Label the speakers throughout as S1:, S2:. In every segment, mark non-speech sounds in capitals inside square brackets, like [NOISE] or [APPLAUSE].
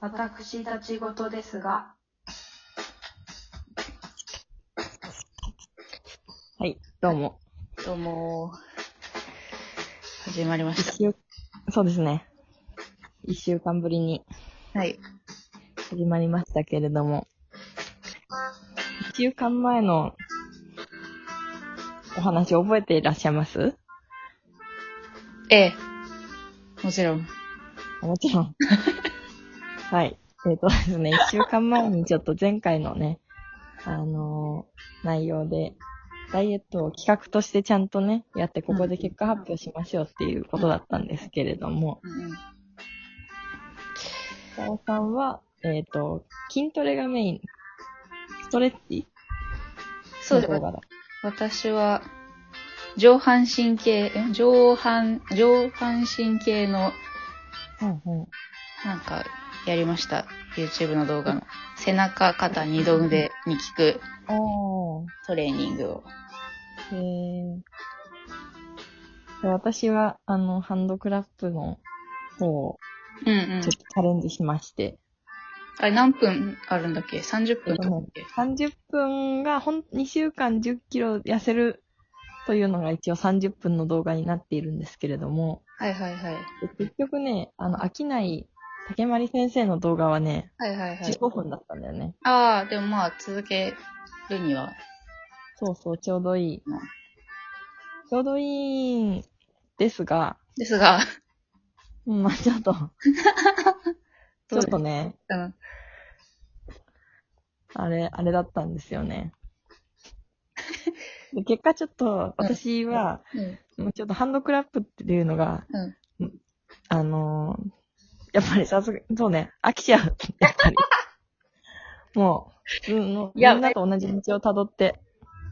S1: 私たちごとですが、
S2: はい、どうも。
S3: どうもー。始まりまし
S2: 一週そうですね。一週間ぶりに
S3: た。はい。
S2: 始まりましたけれども、一週間前のお話覚えていらっしゃいます
S3: ええ。もちろん。
S2: もちろ [LAUGHS] ん。はい。えっ、とですね、一週間前にちょっと前回のね、あのー内容で、ダイエットを企画としてちゃんとね、やってここで結果発表しましょうっていうことだったんですけれども、北尾さんは、えっ、と、筋トレがメイン、ストレッチ
S3: そうで
S2: の動画だ。
S3: 私は、上半身系、え上半、上半身系の、
S2: うんうん。
S3: なんか、やりました。YouTube の動画の。背中、肩、二度腕に効く
S2: おー。
S3: トレーニングを。
S2: へーで私は、あの、ハンドクラップの方を
S3: うんう
S2: ちょ
S3: ん
S2: っと。チャレンジしまして、
S3: あれ何分あるんだっけ ?30 分だっけ
S2: 30分がほん、2週間10キロ痩せるというのが一応30分の動画になっているんですけれども、
S3: はいはいはい。
S2: 結局ね、あの、飽きない竹丸先生の動画はね、
S3: はいはいはい。
S2: 15分だったんだよね。
S3: ああ、でもまあ、続けるには。
S2: そうそう、ちょうどいい
S3: うん。
S2: ちょうどいいんですが、
S3: ですが、
S2: うんまあちょ
S3: [LAUGHS]
S2: っと、ち
S3: ど
S2: ょ
S3: う
S2: っ
S3: です
S2: とね、
S3: うん
S2: あれ、あれだったんですよね。で結果ちょっと、私は、
S3: うん
S2: もうちょっとハンドクラップっていうのが、
S3: うん
S2: あのーやっぱりさすが、そうね、飽きちゃう。やっ
S3: [LAUGHS]
S2: ぱり。もう、普通の、
S3: い
S2: み
S3: や
S2: んなと同じ道をたどって、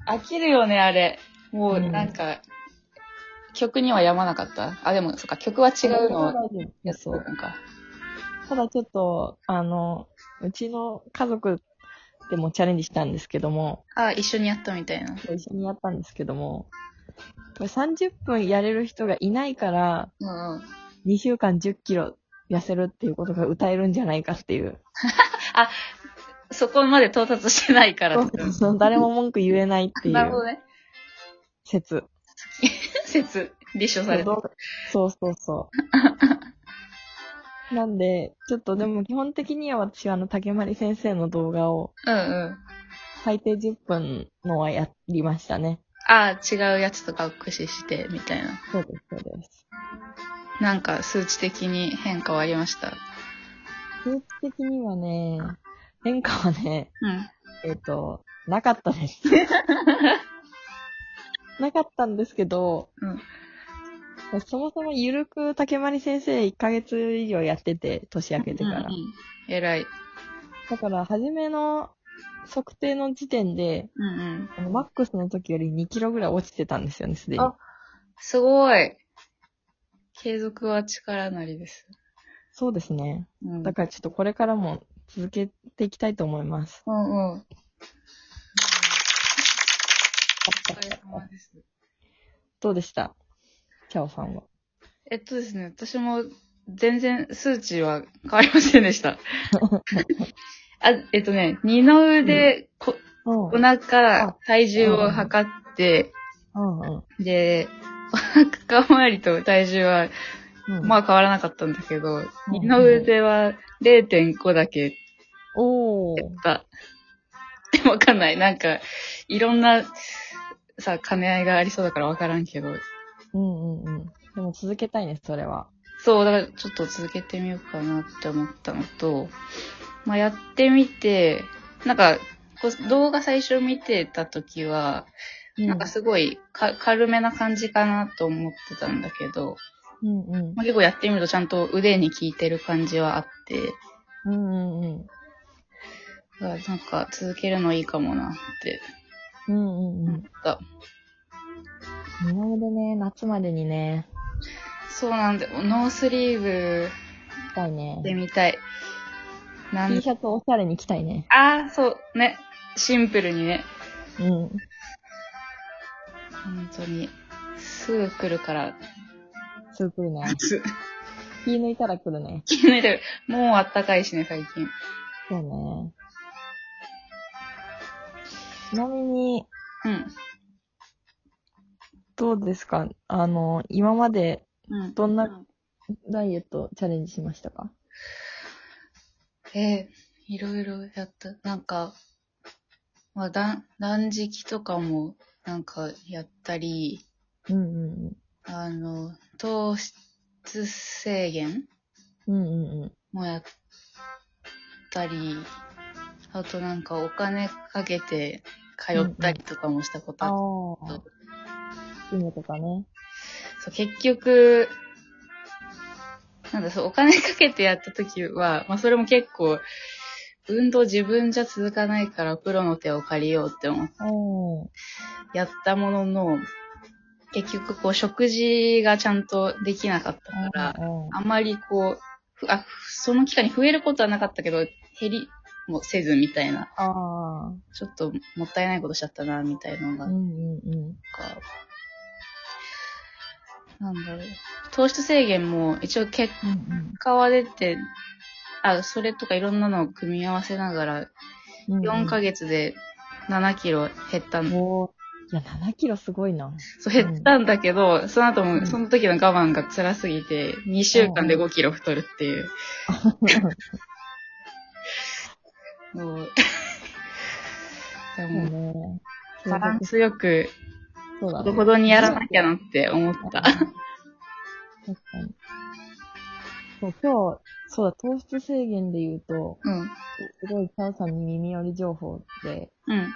S3: 飽きるよね、あれ。もう、
S2: うん
S3: なんか、曲にはやまなかった。あ、でも、そっか、曲は違うのやつ
S2: そう。
S3: なんか。
S2: ただちょっと、あの、うちの家族でもチャレンジしたんですけども、
S3: あ、一緒にやったみたいな。
S2: 一緒にやったんですけども、これ30分やれる人がいないから、
S3: うんうん。
S2: 2週間10キロ痩せるっていうことが歌えるんじゃないかっていう。 [LAUGHS]
S3: そこまで到達してないから。
S2: その誰も文句言えないって
S3: [LAUGHS]
S2: い
S3: なるほど
S2: う
S3: ね。
S2: 説。
S3: 説、立証された。
S2: そうそ
S3: [LAUGHS]
S2: うそう。なんで、ちょっとでも基本的には私はあの竹丸先生の動画を
S3: うんうん。
S2: 最低10分のはやりましたね。
S3: あ、違うやつとかを駆使して、みたいな。
S2: そうです、そうです。
S3: なんか、数値的に変化はありました。
S2: 数値的にはね、変化はね、
S3: うん。
S2: えっ、と、なかった
S3: [LAUGHS]
S2: です。なかったんですけど、そもそもゆるく竹丸先生1ヶ月以上やってて、年明けてから。
S3: うんうん偉い。
S2: だから、初めの測定の時点で、
S3: うんうん。
S2: あのマックスの時より2キロぐらい落ちてたんですよね、すでに。
S3: あすごい。継続は力なりです。
S2: そうですね。
S3: うん
S2: だからちょっとこれからも続けていきたいと思います。
S3: うんうん。お疲れ様です。
S2: どうでしたチャオさんは。
S3: えっとですね、私も全然数値は変わりませんで [LAUGHS] した。あ、えっとね、二の腕、こ
S2: うん
S3: お腹
S2: あ、
S3: 体重を測って、
S2: うんうん。
S3: で、お腹周りと体重は、
S2: うん、
S3: ま
S2: あ、
S3: あ変わらなかったんだけど、
S2: ん
S3: 二の腕は0.5だけ
S2: おー。
S3: やった。 [LAUGHS] でもわかんない。なんか、いろんな、さ、兼ね合いがありそうだからわからんけど。
S2: うんうんうん。でも続けたいね、それは。
S3: そう、だからちょっと続けてみようかなって思ったのと、まあ、やってみて、なんか、こう動画最初見てた時は、なんかすごいか軽めな感じかなと思ってたんだけど、
S2: うんうん
S3: まあ、結構やってみるとちゃんと腕に効いてる感じはあって、
S2: うんうんう
S3: だ
S2: ん。
S3: からなんか続けるのいいかもなって
S2: うんうんう
S3: 思っ
S2: ん。
S3: た。
S2: 二の腕ね、夏までにね、
S3: そうなんだよ。ノースリーブ
S2: 着たいね
S3: で。みたい。なん
S2: T シャツおしゃれに着たいね。
S3: ああ、そう、ね。シンプルにね。
S2: うん。
S3: 本当に。すぐ来るから。
S2: すぐ来るね。
S3: 夏
S2: 気抜いたら来るね。
S3: 気抜いてる。もうあったかいしね、最近。
S2: そうね。ちなみに、
S3: [LAUGHS] うん。
S2: どうですかあの、今まで
S3: うん。
S2: どん
S3: う
S2: なんダイエットチャレンジしましたか
S3: えーいろいろやった。なんか、まあ、断断食とかも、なんかやったり、
S2: うんうん
S3: あの、糖質制限
S2: うん。うんうんうん。
S3: もやったり、あとなんかお金かけて通ったりとかもしたことあ
S2: あ
S3: っ
S2: あ。ジムとかね。
S3: そう、結局、なんだ、そう、お金かけてやった時は、まあそれも結構、運動自分じゃ続かないからプロの手を借りようって思って
S2: おー
S3: やったものの、結局こう食事がちゃんとできなかったから、
S2: うんうん
S3: あんまりこう、ふあ、その期間に増えることはなかったけど、減りもせずみたいな、
S2: あ
S3: ちょっともったいないことしちゃったな、みたいなの
S2: あ。
S3: が
S2: うんうんうん。
S3: か、なんだろう。糖質制限も一応結
S2: うんうん
S3: 果は出て、あ、それとかいろんなのを組み合わせながら、
S2: うんうん。
S3: 4ヶ月で7キロ減ったん
S2: おーいや、7キロすごい [LAUGHS] な。
S3: そう減ったんだけど、その後
S2: うん
S3: も、その時の我慢が辛すぎて、2週間で5キロ太るっていう。もう、で
S2: そう
S3: も
S2: ね。
S3: バランスよく、
S2: そうだ
S3: ほ
S2: ね
S3: どほどにやらなきゃなって思っ
S2: うん
S3: た。
S2: 確かに。そう、今日、そうだ、糖質制限で言うと、
S3: うん。
S2: すごい、チャオさんに耳寄り情報で、
S3: うん。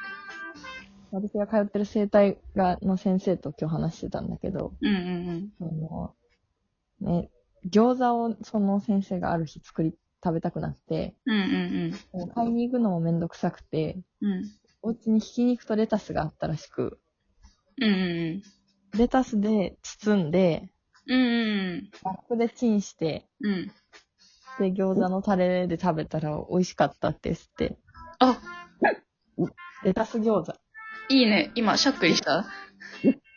S2: 私が通ってる生態が、の先生と今日話してたんだけど、
S3: うんうん
S2: あの、ね、餃子をその先生がある日作り、食べたくなって、
S3: うん。うんうん
S2: もう買いに行くのもめんどくさくて、
S3: うん。うん。
S2: お家にひき肉とレタスがあったらしく、
S3: うんうん
S2: レタスで包んで、
S3: うん。うん
S2: ラップでチンして、
S3: うん。うん。
S2: で、餃子のタレで食べたら美味しかったって言って、
S3: あ、
S2: レタス餃子。
S3: いいね。今、しゃっくりした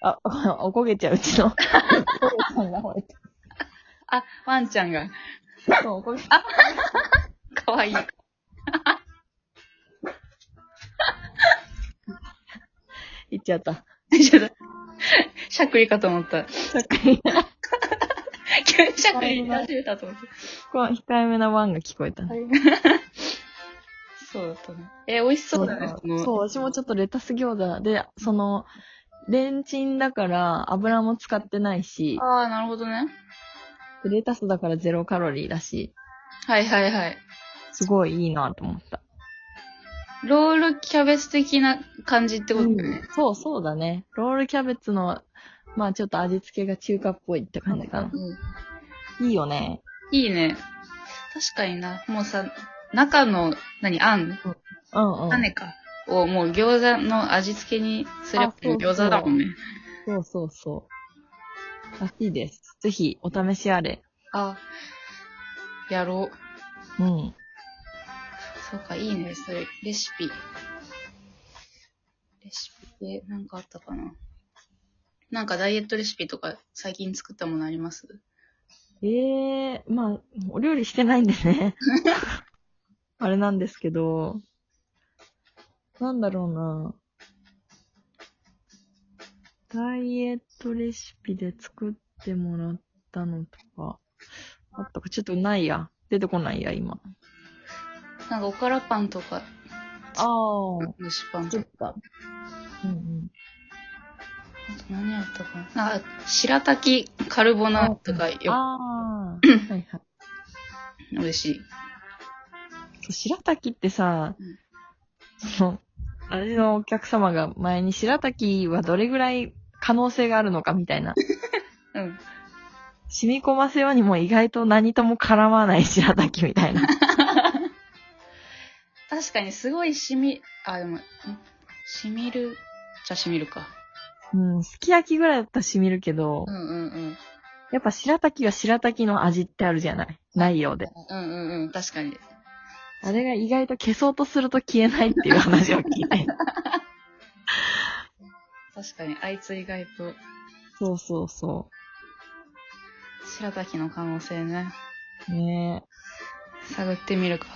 S2: あ、 [LAUGHS] おこげちゃう、う
S3: [LAUGHS]
S2: ちの。おこげちゃんが吠え
S3: あ、ワンちゃんが。
S2: た。そう、おこげちゃん。
S3: かわいい。
S2: 言っちゃった。
S3: ちょっとしゃっくりかと思 [LAUGHS] った。急にしゃっくり出してたと思って。
S2: この控えめなワンが聞こえた。
S3: [LAUGHS] そうだったね。えー、美味しそうだね、その。
S2: そう、私もちょっとレタス餃子で、その、レンチンだから油も使ってないし、
S3: ああ、なるほどね。
S2: レタスだからゼロカロリーだし、
S3: はいはいはい。
S2: すごいいいなと思った。
S3: ロールキャベツ的な感じってことだよね。
S2: そうそうだね。ロールキャベツの、まあちょっと味付けが中華っぽいって感じかな。
S3: うん。
S2: いいよね。
S3: いいね。確かにな。もうさ、中の、何、あん
S2: うんうん。
S3: 種か。をもう餃子の味付けにすれば
S2: あそうそう
S3: 餃子だもんね。
S2: そうそうそう。らしいです。ぜひ、お試しあれ。
S3: あ、やろう。
S2: うん。
S3: そうか、いいね、それ。レシピ。レシピでなんかあったかな。なんかダイエットレシピとか最近作ったものあります
S2: ええまあ、お料理してないんでね。あれなんですけど、なんだろうな。ダイエットレシピで作ってもらったのとか、あったか、ちょっとないや。出てこないや、今。
S3: なんかおからパンとか、
S2: ああ。
S3: 蒸しパンと
S2: 作
S3: か
S2: っ。た。うん
S3: あと何やったかな。なんか、白滝カルボナーラとか
S2: うん。
S3: よ、
S2: ああ。はいはい。
S3: 美味しい。
S2: そう、白滝ってさ
S3: うん、
S2: その、あれのお客様が前に白滝はどれぐらい可能性があるのかみ
S3: [LAUGHS]
S2: たいな。
S3: うん。
S2: 染み込ませようにも意外と何とも絡まない白滝みたいな。
S3: 確かにすごい染み、あ、でも、ん染みる、じゃあ染みるか。
S2: うん、すき焼きぐらいだったら染みるけど
S3: う、んうんうん。
S2: やっぱ白滝は白滝の味ってあるじゃない内容で。
S3: うんうんうん、確かに。
S2: あれが意外と消そうとすると消えないっていう話を聞
S3: [LAUGHS]
S2: いて。
S3: 確かに、あいつ意外と。
S2: そうそうそ
S3: 白滝の可能性ね、
S2: ね
S3: 探ってみるか。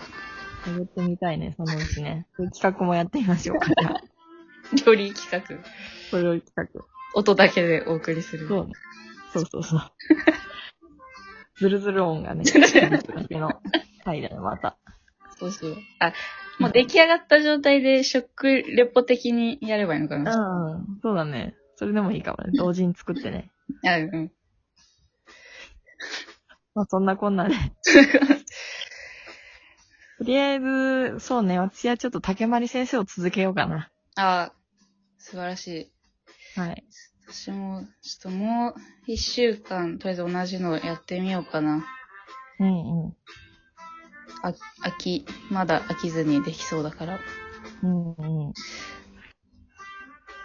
S2: え、探ってみたいね、そのうちね。そういう企画もやってみましょうか。
S3: [LAUGHS]
S2: じゃあ
S3: 料理企画。
S2: それを企画。
S3: 音だけでお送りする。
S2: そうね。そうそう [LAUGHS] そう。ズルズル音がね、私の回だね、また。
S3: そうそう。あ、もう出来上がった状態で食レポ的にやればいいのかな。
S2: うん、そうだね。それでもいいかもね。同時に作ってね。
S3: あうん。
S2: まあ、そんなこん [LAUGHS] なで。とりあえず、そうね、私はちょっと竹丸先生を続けようかな。
S3: あ、素晴らしい。
S2: はい。
S3: 私も、ちょっともう一週間、とりあえず同じのやってみようかな。
S2: うんうん。
S3: あ飽き、まだ飽きずにできそうだから。
S2: うんうん。ち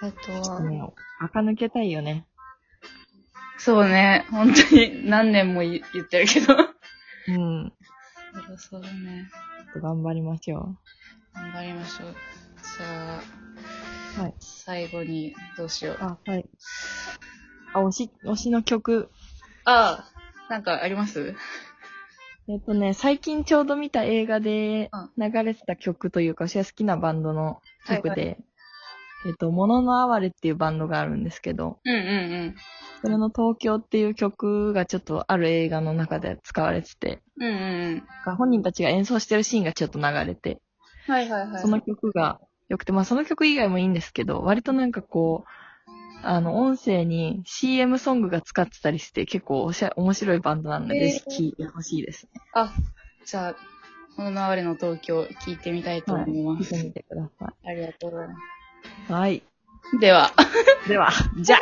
S3: あと
S2: ょっ
S3: は
S2: と、ね、垢抜けたいよね。
S3: そうね、本当に何年も言言ってるけど。 [LAUGHS]
S2: うん。
S3: そうそうだね。
S2: ちょっと頑張りましょ
S3: 頑張りましょう。じゃあ、
S2: はい
S3: 最後にどうしよう
S2: う。。あ、はい。あ、推し、推しの曲。
S3: ああ、なんかあります
S2: えっとね、最近ちょうど見た映画で
S3: うん
S2: 流れてた曲というか、私が好きなバンドの曲
S3: はい
S2: で、えっと、もののあわれっていうバンドがあるんですけど、
S3: うんうん
S2: それの東京っていう曲がちょっとある映画の中で使われてて、
S3: うん。うんうんうん。
S2: 本人たちが演奏してるシーンがちょっと流れて、
S3: はいはいはい。
S2: その曲が良くて、まあその曲以外もいいんですけど、割となんかこう、あの、音声に CM ソングが使ってたりして、結構おしゃ、面白いバンドなので、
S3: へー
S2: ぜひ聴いてほしいですね。
S3: あ、じゃあ、この流れの東京聞いてみたいと思いま
S2: 見
S3: す。
S2: てみてくださ
S3: ありがとうございま
S2: い。はい。
S3: す。では。
S2: では、じゃあ